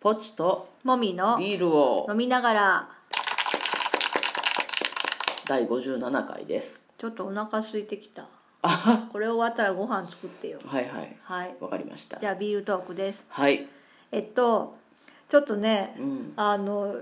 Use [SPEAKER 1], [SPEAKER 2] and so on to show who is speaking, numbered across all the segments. [SPEAKER 1] ポチと
[SPEAKER 2] もみの
[SPEAKER 1] ビールを
[SPEAKER 2] 飲みながら
[SPEAKER 1] 第57回です
[SPEAKER 2] ちょっとお腹空いてきた
[SPEAKER 1] あは
[SPEAKER 2] これ終わったらご飯作ってよ
[SPEAKER 1] はいはい
[SPEAKER 2] はい
[SPEAKER 1] わかりました
[SPEAKER 2] じゃあビールトークです
[SPEAKER 1] はい
[SPEAKER 2] えっとちょっとね
[SPEAKER 1] うん
[SPEAKER 2] あの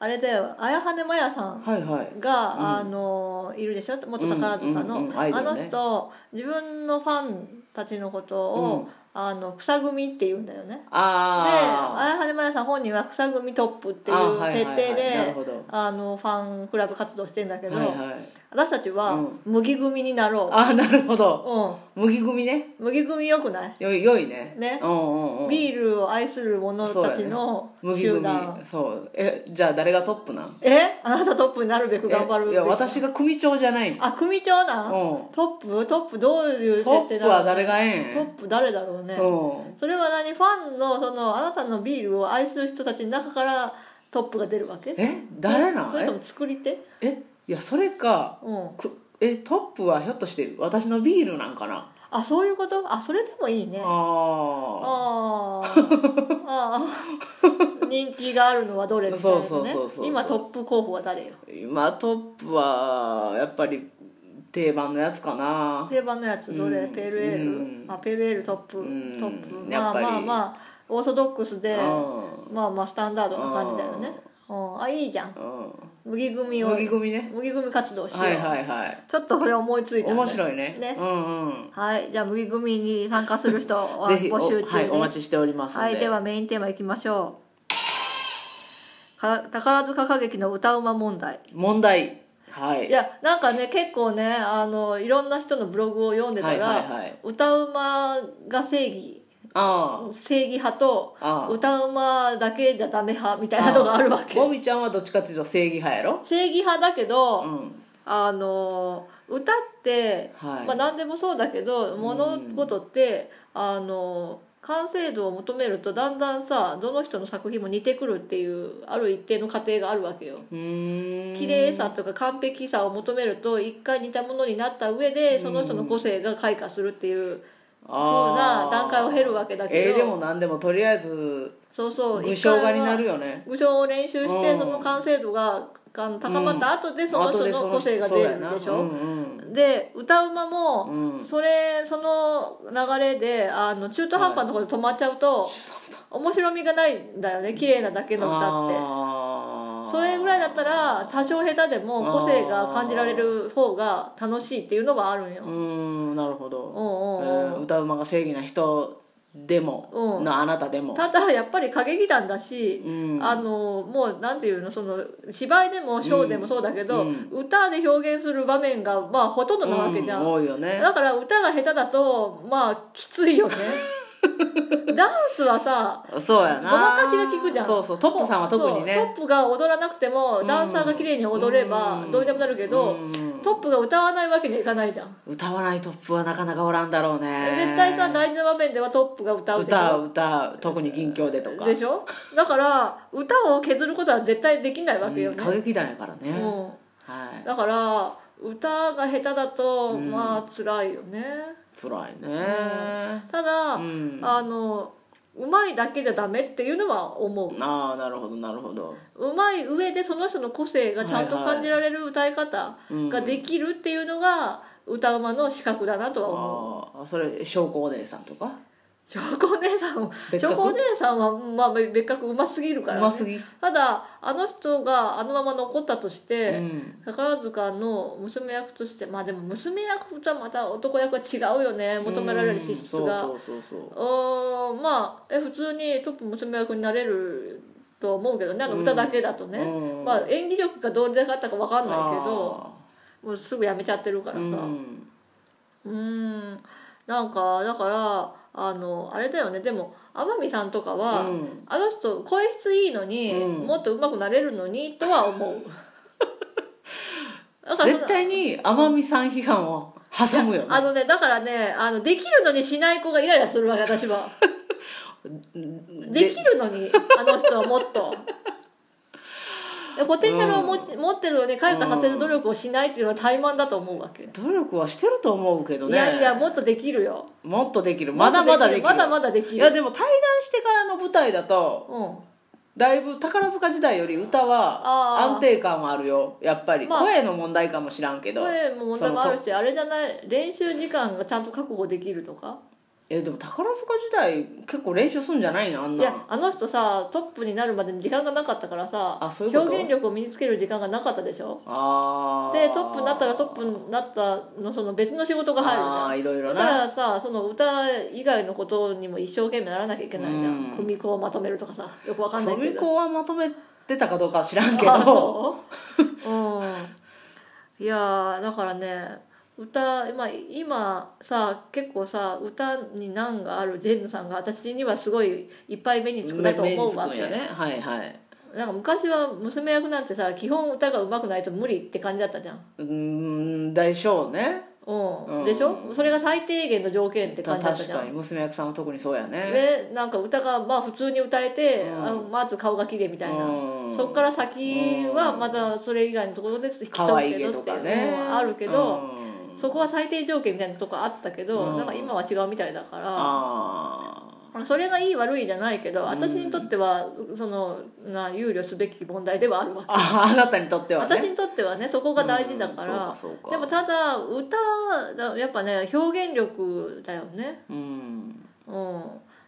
[SPEAKER 2] あれだよ綾羽真也さん
[SPEAKER 1] はいはい
[SPEAKER 2] が、
[SPEAKER 1] うん
[SPEAKER 2] あのいるでしょ元宝塚の、
[SPEAKER 1] うんうんうんアイド
[SPEAKER 2] あ
[SPEAKER 1] ルね
[SPEAKER 2] の人自分のファンたちのことを、
[SPEAKER 1] うん
[SPEAKER 2] あの草組って言うんだよねで
[SPEAKER 1] あ
[SPEAKER 2] 綾羽真弥さん本人は草組トップっ
[SPEAKER 1] ー
[SPEAKER 2] ていう設
[SPEAKER 1] あー
[SPEAKER 2] 定
[SPEAKER 1] はいはいはいなる
[SPEAKER 2] で
[SPEAKER 1] ほど
[SPEAKER 2] あのファンクラブ活動してんだけど、
[SPEAKER 1] はいはい
[SPEAKER 2] 私たちは
[SPEAKER 1] うん
[SPEAKER 2] 麦組になろ
[SPEAKER 1] あーなるほ
[SPEAKER 2] う、
[SPEAKER 1] ど
[SPEAKER 2] うん
[SPEAKER 1] 麦組ね
[SPEAKER 2] 麦組よくない
[SPEAKER 1] よいよいね
[SPEAKER 2] ね
[SPEAKER 1] うんうんうん
[SPEAKER 2] ビールを愛する者たちの
[SPEAKER 1] 麦
[SPEAKER 2] 集
[SPEAKER 1] 組
[SPEAKER 2] 団、
[SPEAKER 1] そうえじゃあ誰がトップなん
[SPEAKER 2] えあなたトップになるべく頑張る
[SPEAKER 1] え
[SPEAKER 2] べ
[SPEAKER 1] い
[SPEAKER 2] き
[SPEAKER 1] や私が組長じゃないの
[SPEAKER 2] あ組長なん、
[SPEAKER 1] う
[SPEAKER 2] トップトップどういうん
[SPEAKER 1] ト
[SPEAKER 2] 設
[SPEAKER 1] ッ
[SPEAKER 2] 定
[SPEAKER 1] プは
[SPEAKER 2] だろ
[SPEAKER 1] 誰
[SPEAKER 2] う
[SPEAKER 1] がええん
[SPEAKER 2] トップ誰だろうね、
[SPEAKER 1] う
[SPEAKER 2] それは何ファンのそのあなたのビールを愛する人たちの中からトップが出るわけ
[SPEAKER 1] んえ誰な
[SPEAKER 2] それと
[SPEAKER 1] ん
[SPEAKER 2] も作り手
[SPEAKER 1] ええいやそれか
[SPEAKER 2] うん
[SPEAKER 1] くえトップはひょっとして私のビールなんかな
[SPEAKER 2] あそういうことあそれでもいいねあ
[SPEAKER 1] あ
[SPEAKER 2] あーあー人気があるのはどれみたいな、ね、
[SPEAKER 1] そうそうそうそう
[SPEAKER 2] 今トップ候補は誰よ
[SPEAKER 1] あ今トップはやっぱり定番のやつかな
[SPEAKER 2] 定番のやつどれ、
[SPEAKER 1] うん
[SPEAKER 2] ペールエール、
[SPEAKER 1] うん
[SPEAKER 2] あペールエールトップ、
[SPEAKER 1] うん
[SPEAKER 2] トップ
[SPEAKER 1] や
[SPEAKER 2] ま
[SPEAKER 1] っ
[SPEAKER 2] あ
[SPEAKER 1] ぱり
[SPEAKER 2] まあまあオーソドックスで
[SPEAKER 1] うん
[SPEAKER 2] まあまあスタンダードな感じだよねうんあいいじゃん
[SPEAKER 1] う
[SPEAKER 2] 麦組
[SPEAKER 1] ん
[SPEAKER 2] を
[SPEAKER 1] 麦組ね
[SPEAKER 2] 麦組活動しよう、
[SPEAKER 1] はいはいはい
[SPEAKER 2] ちょっとこれ思いついたんだよ
[SPEAKER 1] 面白いね
[SPEAKER 2] ね
[SPEAKER 1] うんうん
[SPEAKER 2] はいじゃあ麦組に参加する人は
[SPEAKER 1] ぜひお
[SPEAKER 2] 募集中です、
[SPEAKER 1] はい、お待ちしておりますんで,、
[SPEAKER 2] はい、ではメインテーマいきましょうか宝塚歌劇の歌うま問題
[SPEAKER 1] 問題はい
[SPEAKER 2] いやなんかね結構ねあのいろんな人のブログを読んでたら、
[SPEAKER 1] はいはいはい
[SPEAKER 2] 歌うまが正義
[SPEAKER 1] あ
[SPEAKER 2] 正義派と
[SPEAKER 1] あああ
[SPEAKER 2] 歌うまだけじゃダメ派みたいなのがあるわけ
[SPEAKER 1] ボミちゃんはどっちかっていうと正義派やろ
[SPEAKER 2] 正義派だけど、
[SPEAKER 1] うん
[SPEAKER 2] あの歌って、
[SPEAKER 1] はい、
[SPEAKER 2] まあ、何でもそうだけど物事って、あの完成度を求めるとだんだんさどの人の作品も似てくるっていうある一定の過程があるわけよ。
[SPEAKER 1] うーん
[SPEAKER 2] 綺麗さとか完璧さを求めると一回似たものになった上でその人の個性が開花するっていう風な段階を経るわけだけど
[SPEAKER 1] えーでも何でもとりあえず
[SPEAKER 2] そうそう
[SPEAKER 1] 具象
[SPEAKER 2] は
[SPEAKER 1] 化になるよね
[SPEAKER 2] 具象を練習し
[SPEAKER 1] う
[SPEAKER 2] て
[SPEAKER 1] ん
[SPEAKER 2] その完成度がが高まった後でその人の個性が出るでし
[SPEAKER 1] う
[SPEAKER 2] ょ。
[SPEAKER 1] ん
[SPEAKER 2] で歌うま
[SPEAKER 1] う
[SPEAKER 2] も
[SPEAKER 1] んうん
[SPEAKER 2] それその流れであの中途半端なところで止まっちゃうと面白みがないんだよね綺麗なだけの歌って。
[SPEAKER 1] あー
[SPEAKER 2] それぐらいだったら多少下手でも個性が感じられる方が楽しいっていうのはあるんよ。
[SPEAKER 1] うーんなるほ
[SPEAKER 2] う
[SPEAKER 1] ど、
[SPEAKER 2] ん
[SPEAKER 1] え
[SPEAKER 2] うん
[SPEAKER 1] ー
[SPEAKER 2] うん
[SPEAKER 1] 歌うまが正義な人でも、
[SPEAKER 2] うん
[SPEAKER 1] なあなたでも
[SPEAKER 2] ただやっぱり歌劇団だし、
[SPEAKER 1] うん
[SPEAKER 2] あのもうなんていうのその芝居でもショーでもそうだけど、
[SPEAKER 1] うん
[SPEAKER 2] 歌で表現する場面がまあほとんどなわけじゃん、
[SPEAKER 1] うん多いよね
[SPEAKER 2] だから歌が下手だとまあきついよ ねダンスはさ
[SPEAKER 1] そうやな
[SPEAKER 2] ごまかしが効くじゃん
[SPEAKER 1] そうそうトップさんは特にね
[SPEAKER 2] そうトップが踊らなくてもダンサーが綺麗に踊れば
[SPEAKER 1] うん
[SPEAKER 2] どうにでもなるけど、
[SPEAKER 1] うん
[SPEAKER 2] トップが歌わないわけにはいかないじゃん
[SPEAKER 1] 歌わないトップはなかなかおらんだろうね
[SPEAKER 2] 絶対さ大事な場面ではトップが歌うでし
[SPEAKER 1] 歌
[SPEAKER 2] ょ
[SPEAKER 1] う歌う特に銀鏡でとか
[SPEAKER 2] でしょだから歌を削ることは絶対できないわけよ
[SPEAKER 1] うん歌
[SPEAKER 2] ね、
[SPEAKER 1] 劇団やからね、
[SPEAKER 2] うん
[SPEAKER 1] はい
[SPEAKER 2] だから歌が下手だと、
[SPEAKER 1] うん
[SPEAKER 2] まあ辛いよね
[SPEAKER 1] 辛いね
[SPEAKER 2] ただ、
[SPEAKER 1] うんあ
[SPEAKER 2] あのうまいだけじゃダメっていうのは思う
[SPEAKER 1] あなるほどなるほど、
[SPEAKER 2] うまい上でその人の個性がちゃんと
[SPEAKER 1] はいはい
[SPEAKER 2] 感じられる歌い方
[SPEAKER 1] うん、
[SPEAKER 2] ができるっていうのが歌うまの資格だなとは思う
[SPEAKER 1] ああそれ翔子お姉さんとか
[SPEAKER 2] 翔子お姉さん
[SPEAKER 1] 別
[SPEAKER 2] 翔
[SPEAKER 1] 格
[SPEAKER 2] 子お姉さんは、まあ、別格うますぎる
[SPEAKER 1] う
[SPEAKER 2] からね、
[SPEAKER 1] ますぎ、
[SPEAKER 2] ただあの人があのまま残ったとして、
[SPEAKER 1] うん
[SPEAKER 2] 宝塚の娘役としてまあでも娘役とはまた男役は違うよね求められる資質がう
[SPEAKER 1] うんそうそうそうそう
[SPEAKER 2] ーんまあえ普通にトップ娘役になれるとは思うけどねあの歌だけだとね、
[SPEAKER 1] うん
[SPEAKER 2] まあ、演技力がどれだけあったか分かんないけど
[SPEAKER 1] あ
[SPEAKER 2] もうすぐやめちゃってるか
[SPEAKER 1] あ
[SPEAKER 2] らさ
[SPEAKER 1] う
[SPEAKER 2] うんんなんかだからあのあれだよねでも天海さんとかは、
[SPEAKER 1] うん
[SPEAKER 2] あの人声質いいのに、
[SPEAKER 1] うん
[SPEAKER 2] もっと上手くなれるのにとは 思うだからその
[SPEAKER 1] 絶対に天海さん批判を挟むよね
[SPEAKER 2] あのねだからねあのできるのにしない子がイライラするわけ私はできるのにあの人はも っとでポテンシャルを持ち持ってるのに開花させる努力をしないっていうのは怠慢だと思うわけ、
[SPEAKER 1] 努力はしてると思うけど
[SPEAKER 2] い
[SPEAKER 1] ね
[SPEAKER 2] やいやもっとできるよ
[SPEAKER 1] もっとできるまだまだできる
[SPEAKER 2] まだまだできる
[SPEAKER 1] いやでも対談してからの舞台だと
[SPEAKER 2] うん
[SPEAKER 1] だいぶ宝塚時代より歌は
[SPEAKER 2] あー
[SPEAKER 1] 安定感はあるよやっぱり、
[SPEAKER 2] まあ
[SPEAKER 1] 声の問題かもしらんけど
[SPEAKER 2] 声も問題もあるしあれじゃない練習時間がちゃんと確保できるとか
[SPEAKER 1] えでも宝塚時代結構練習すんじゃないのあん
[SPEAKER 2] い
[SPEAKER 1] な
[SPEAKER 2] やあの人さトップになるまでに時間がなかったからさ
[SPEAKER 1] あそういうこと
[SPEAKER 2] 表現力を身につける時間がなかったでしょ
[SPEAKER 1] あー
[SPEAKER 2] でトップになったらトップになったのその別の仕事が入るじゃん
[SPEAKER 1] あーいろいろ
[SPEAKER 2] そした
[SPEAKER 1] な
[SPEAKER 2] らさその歌以外のことにも一生懸命ならなきゃいけないじゃん、
[SPEAKER 1] うん
[SPEAKER 2] 組子をまとめるとかさよくわかんない
[SPEAKER 1] ソ
[SPEAKER 2] け
[SPEAKER 1] ミ
[SPEAKER 2] ど
[SPEAKER 1] コはまとめてたかどうかは知らんけ
[SPEAKER 2] あ
[SPEAKER 1] ど
[SPEAKER 2] そううんいやーだからね歌、まあ、今さ結構さ歌に難があるジェンヌさんが私にはすごいいっぱい目につくなと思うわけ、
[SPEAKER 1] 目につくんやねはいはい
[SPEAKER 2] なんか昔は娘役なんてさ基本歌が上手くないと無理って感じだったじゃん
[SPEAKER 1] うーん大将ね
[SPEAKER 2] うん、
[SPEAKER 1] うん
[SPEAKER 2] でしょそれが最低限の条件って感じだった
[SPEAKER 1] 確
[SPEAKER 2] じゃん
[SPEAKER 1] かに娘役さんは特にそうやね
[SPEAKER 2] ね、なんか歌がまあ普通に歌えて、
[SPEAKER 1] うん
[SPEAKER 2] あまず顔が綺麗みたいな、
[SPEAKER 1] うん
[SPEAKER 2] そっから先はまたそれ以外のところで競うけ
[SPEAKER 1] 可愛げ
[SPEAKER 2] ど
[SPEAKER 1] と
[SPEAKER 2] ってい
[SPEAKER 1] か
[SPEAKER 2] う
[SPEAKER 1] ね
[SPEAKER 2] のはあるけど、
[SPEAKER 1] うん
[SPEAKER 2] そこは最低条件みたいなとこあったけど、
[SPEAKER 1] うん
[SPEAKER 2] なんか今は違うみたいだから。
[SPEAKER 1] あ
[SPEAKER 2] それがいい悪いじゃないけど私にとっては、そのな憂慮すべき問題ではあるわ
[SPEAKER 1] ーあーあなたにとってはね
[SPEAKER 2] 私にとってはねそこが大事だから、
[SPEAKER 1] うんそうかそうか
[SPEAKER 2] でもただ歌だやっぱね表現力だよね、
[SPEAKER 1] うん
[SPEAKER 2] うん、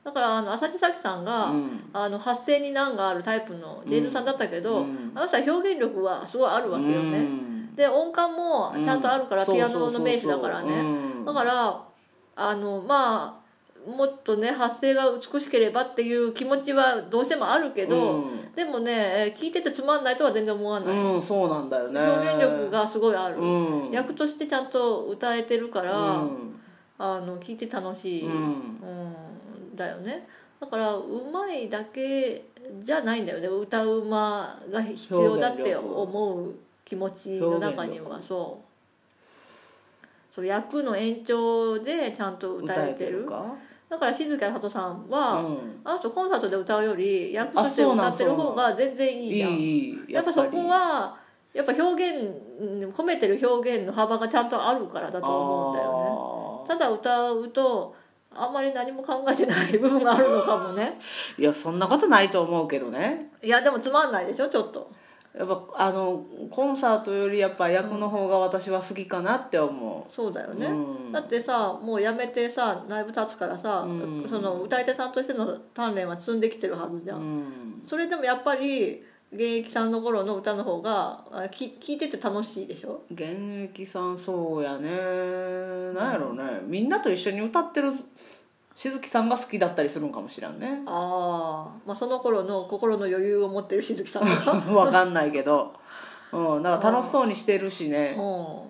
[SPEAKER 2] だからあの浅地咲さん
[SPEAKER 1] う
[SPEAKER 2] が、
[SPEAKER 1] ん
[SPEAKER 2] あの発声に難があるタイプのジェイヌさんだったけど、
[SPEAKER 1] うん
[SPEAKER 2] あの人は表現力はすごいあるわけよね、で音感もちゃんとあるから、
[SPEAKER 1] うん
[SPEAKER 2] ピアノの名手だからね、
[SPEAKER 1] そうそうそうそううん
[SPEAKER 2] だからあのまあもっとね発声が美しければっていう気持ちはどうしてもあるけど、
[SPEAKER 1] うん
[SPEAKER 2] でもねえー聞いててつまんないとは全然思わない、
[SPEAKER 1] うんそうなんだよね
[SPEAKER 2] 表現力がすごいある、
[SPEAKER 1] うん
[SPEAKER 2] 役としてちゃんと歌えてるから、
[SPEAKER 1] うん
[SPEAKER 2] あの聞いて楽しい、
[SPEAKER 1] うん
[SPEAKER 2] うんだよねだからうまいだけじゃないんだよね歌うまが必要だって思う気持ちの中にはそうそう役の延長でちゃんと歌えてる
[SPEAKER 1] か
[SPEAKER 2] だから静香里さん
[SPEAKER 1] う
[SPEAKER 2] は、
[SPEAKER 1] ん
[SPEAKER 2] あの人コンサートで歌うより役として
[SPEAKER 1] あそう
[SPEAKER 2] 歌
[SPEAKER 1] なん
[SPEAKER 2] ってる方が全然
[SPEAKER 1] い
[SPEAKER 2] いいじゃん
[SPEAKER 1] いいい
[SPEAKER 2] やっぱそこ
[SPEAKER 1] り
[SPEAKER 2] はやっぱ表現うん込めてる表現の幅がちゃんとあるからだと思うんだよねただ歌うとあんまり何も考えてない部分があるのかもね
[SPEAKER 1] あーいやそんなことないと思うけどね
[SPEAKER 2] いやでもつまんないでしょちょっと
[SPEAKER 1] やっぱあのコンサートよりやっぱ役の方が私は好きかなって思
[SPEAKER 2] そうだよ
[SPEAKER 1] う、
[SPEAKER 2] ね、
[SPEAKER 1] うん
[SPEAKER 2] だってさもうやめてさ内部立つからさ、
[SPEAKER 1] うん
[SPEAKER 2] その歌い手さんとしての鍛錬は積んできてるはずじゃん、
[SPEAKER 1] うん
[SPEAKER 2] それでもやっぱり現役さんの頃の歌の方があき聴いてて楽しいでしょ
[SPEAKER 1] 現役さんそうやねなんやろうねみんなと一緒に歌ってるしずきさんが好きだったりするんかもしらんね
[SPEAKER 2] ああまあその頃の心の余裕を持ってるしずきさんと か
[SPEAKER 1] わかんないけど、うん、なんか楽しそうにしてるし
[SPEAKER 2] うん
[SPEAKER 1] ね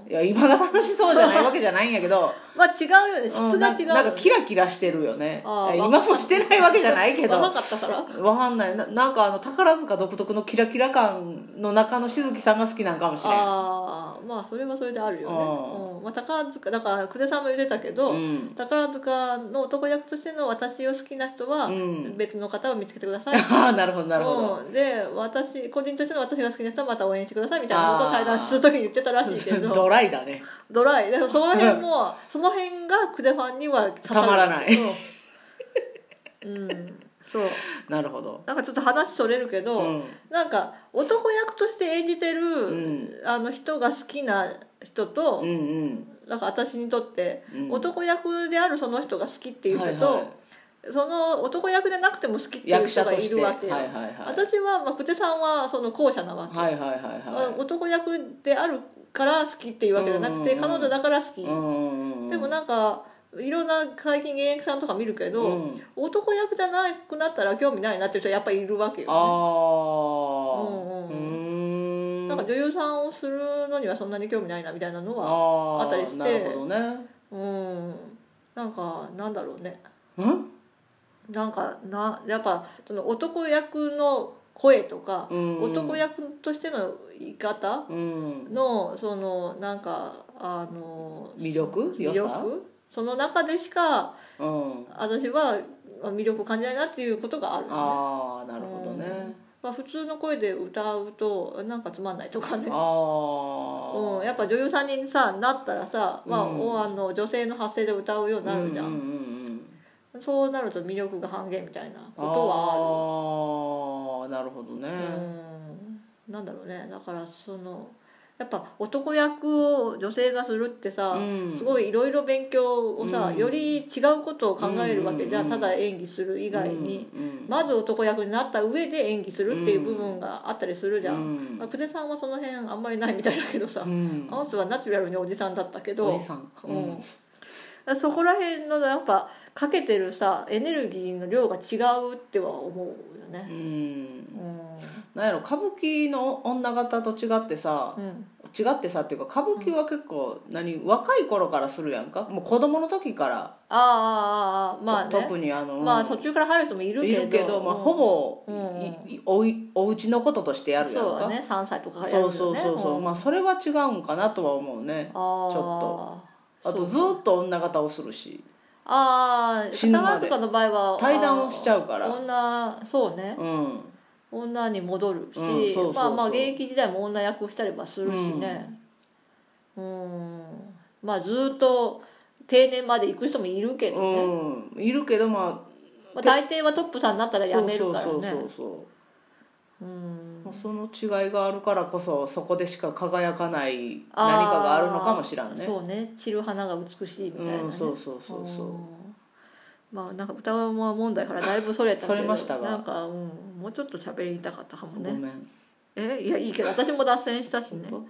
[SPEAKER 1] いや今が楽しそうじゃないわけじゃないんやけど
[SPEAKER 2] まあ違うよね質
[SPEAKER 1] うん
[SPEAKER 2] が
[SPEAKER 1] な
[SPEAKER 2] 違う、
[SPEAKER 1] なんかキラキラしてるよね
[SPEAKER 2] あー
[SPEAKER 1] いや今もしてないわけじゃないけど
[SPEAKER 2] 若かったから
[SPEAKER 1] わかんないななんかあの宝塚独特のキラキラ感の中のしずきさんが好きなんかもしれん
[SPEAKER 2] ああまあそれはそれであるよね、
[SPEAKER 1] う
[SPEAKER 2] うんまあ、宝塚だから久世さんも言ってたけど、
[SPEAKER 1] うん
[SPEAKER 2] 宝塚の男役としての私を好きな人は
[SPEAKER 1] うん
[SPEAKER 2] 別の方を見つけてください、
[SPEAKER 1] ああなるほど なるほど
[SPEAKER 2] うんで私個人としての私が好きな人はまた応援してくださいみたいなことを対談する時に言ってたらしいけ ど
[SPEAKER 1] ドライだね
[SPEAKER 2] ドライだからその辺もその辺が久世ファンには刺さる
[SPEAKER 1] たまらない
[SPEAKER 2] うん、うんそう
[SPEAKER 1] なるほど
[SPEAKER 2] なんかちょっと話それるけど、
[SPEAKER 1] うん
[SPEAKER 2] なんか男役として演じてる、
[SPEAKER 1] ん
[SPEAKER 2] あの人が好きな人と、
[SPEAKER 1] うんうん
[SPEAKER 2] なんか私にとって、
[SPEAKER 1] うん
[SPEAKER 2] 男役であるその人が好きっていう人と、
[SPEAKER 1] はいはい
[SPEAKER 2] その男役でなくても好きっていう
[SPEAKER 1] 役
[SPEAKER 2] 人
[SPEAKER 1] 者
[SPEAKER 2] が
[SPEAKER 1] と
[SPEAKER 2] い
[SPEAKER 1] して
[SPEAKER 2] るわけよ、
[SPEAKER 1] はいはいはい
[SPEAKER 2] 私は、まあ、久手さんはその後者なわけ、
[SPEAKER 1] はいはいはいはい
[SPEAKER 2] 男役であるから好きっていうわけじゃなく
[SPEAKER 1] う
[SPEAKER 2] て、
[SPEAKER 1] んうんうん
[SPEAKER 2] 彼女だから好き、
[SPEAKER 1] うん
[SPEAKER 2] でもなんかいろんな最近現役さんとか見るけど、
[SPEAKER 1] うん
[SPEAKER 2] 男役じゃなくなったら興味ないなっていう人はやっぱりいるわけよ、ね、
[SPEAKER 1] ああ
[SPEAKER 2] うんうん
[SPEAKER 1] ん
[SPEAKER 2] なんか女優さんをするのにはそんなに興味ないなみたいなのは
[SPEAKER 1] あー
[SPEAKER 2] あったりして
[SPEAKER 1] なるほどね
[SPEAKER 2] うんなんかなんだろうね
[SPEAKER 1] うん
[SPEAKER 2] なんかなやっぱその男役の声とか、
[SPEAKER 1] うん
[SPEAKER 2] 男役としての言い方
[SPEAKER 1] うん
[SPEAKER 2] のそのなんかあの
[SPEAKER 1] 魅力
[SPEAKER 2] 魅
[SPEAKER 1] 良さ
[SPEAKER 2] 力その中でしか
[SPEAKER 1] うん
[SPEAKER 2] 私は魅力を感じないなっていうことがある、
[SPEAKER 1] ああなるほどね
[SPEAKER 2] うんまあ、普通の声で歌うとなんかつまんないとかね
[SPEAKER 1] ああ
[SPEAKER 2] うん、やっぱ女優さんにさなったらさ、まあ
[SPEAKER 1] うん
[SPEAKER 2] おあの女性の発声で歌うようになるじゃん、
[SPEAKER 1] うんうんうんうん
[SPEAKER 2] そうなると魅力が半減みたいなことはある
[SPEAKER 1] ああなるほ
[SPEAKER 2] なんだろうねだからそのやっぱ男役を女性がするってさ、
[SPEAKER 1] うん
[SPEAKER 2] すごいいろいろ勉強をさ、
[SPEAKER 1] うん
[SPEAKER 2] より違うことを考えるわけじゃ、
[SPEAKER 1] うん
[SPEAKER 2] んただ演技する以外に、
[SPEAKER 1] うんうん
[SPEAKER 2] まず男役になった上で演技するっていう部分があったりするじゃん、
[SPEAKER 1] うん
[SPEAKER 2] まあ、久手さんはその辺あんまりないみたいだけどさ、
[SPEAKER 1] うん
[SPEAKER 2] あの人はナチュラルにおじさんだったけど
[SPEAKER 1] おじさん
[SPEAKER 2] うんそこら辺のやっぱかけてるさエネルギーの量が違うっては思うよ
[SPEAKER 1] う
[SPEAKER 2] ね。
[SPEAKER 1] ん
[SPEAKER 2] うん
[SPEAKER 1] なんやろ歌舞伎の女方と違ってさ
[SPEAKER 2] うん
[SPEAKER 1] 違ってさっていうか歌舞伎は結構何若い頃からするやんかもう子供の時から
[SPEAKER 2] ああああああまあ
[SPEAKER 1] と
[SPEAKER 2] ね、
[SPEAKER 1] 特にあの
[SPEAKER 2] まあ途中から入る人もいるけ
[SPEAKER 1] い
[SPEAKER 2] ど
[SPEAKER 1] るけどまあ
[SPEAKER 2] うん
[SPEAKER 1] ほぼ
[SPEAKER 2] うん
[SPEAKER 1] いいおいお家のこととしてやるやん
[SPEAKER 2] そうだ
[SPEAKER 1] か
[SPEAKER 2] ね3歳とかからやる
[SPEAKER 1] そ
[SPEAKER 2] よ
[SPEAKER 1] う
[SPEAKER 2] ね
[SPEAKER 1] そうそうそうまあそれは違うんかなとは思うね
[SPEAKER 2] あ
[SPEAKER 1] ちょ
[SPEAKER 2] あ
[SPEAKER 1] あとずっと女方をするし
[SPEAKER 2] ああ
[SPEAKER 1] 死ぬまで
[SPEAKER 2] 宝塚の場合は
[SPEAKER 1] 対談をしちゃうから
[SPEAKER 2] あー女そうね
[SPEAKER 1] うん
[SPEAKER 2] 女に戻るし、
[SPEAKER 1] うんそうそうそう
[SPEAKER 2] まあまあ現役時代も女役をしたりはするしねうんまあずっと定年まで行く人もいるけどね、
[SPEAKER 1] うんいるけどま
[SPEAKER 2] まあ、大抵はトップさんになった
[SPEAKER 1] あ
[SPEAKER 2] ら辞めるからね
[SPEAKER 1] そうそうそうそう
[SPEAKER 2] うん
[SPEAKER 1] まあその違いがあるからこそそこでしか輝かない何かがあるのかもしらん
[SPEAKER 2] あー
[SPEAKER 1] ね
[SPEAKER 2] そうね散る花が美しいみたいな、ね
[SPEAKER 1] うん、そうそうそうそ
[SPEAKER 2] うんまあなんか歌うま問題からだいぶそれたけど
[SPEAKER 1] それましたが
[SPEAKER 2] なんか、うん、もうちょっと喋りたかったかも
[SPEAKER 1] う、ご
[SPEAKER 2] ね
[SPEAKER 1] めん
[SPEAKER 2] えいやいいけど私も脱線したしね
[SPEAKER 1] 本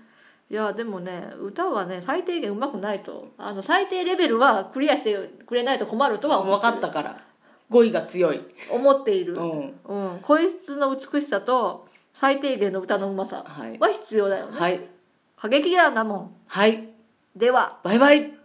[SPEAKER 2] いやでもね歌はね最低限うまくないとあの最低レベルはクリアしてくれないと困るとは思
[SPEAKER 1] 分かったから語彙が強い、
[SPEAKER 2] 思っている、
[SPEAKER 1] う
[SPEAKER 2] うん
[SPEAKER 1] ん、
[SPEAKER 2] 声質の美しさと最低限の歌のうまさ
[SPEAKER 1] はい
[SPEAKER 2] は必要だよね
[SPEAKER 1] はい
[SPEAKER 2] 過激だよあんなもん
[SPEAKER 1] はい
[SPEAKER 2] では
[SPEAKER 1] バイバイ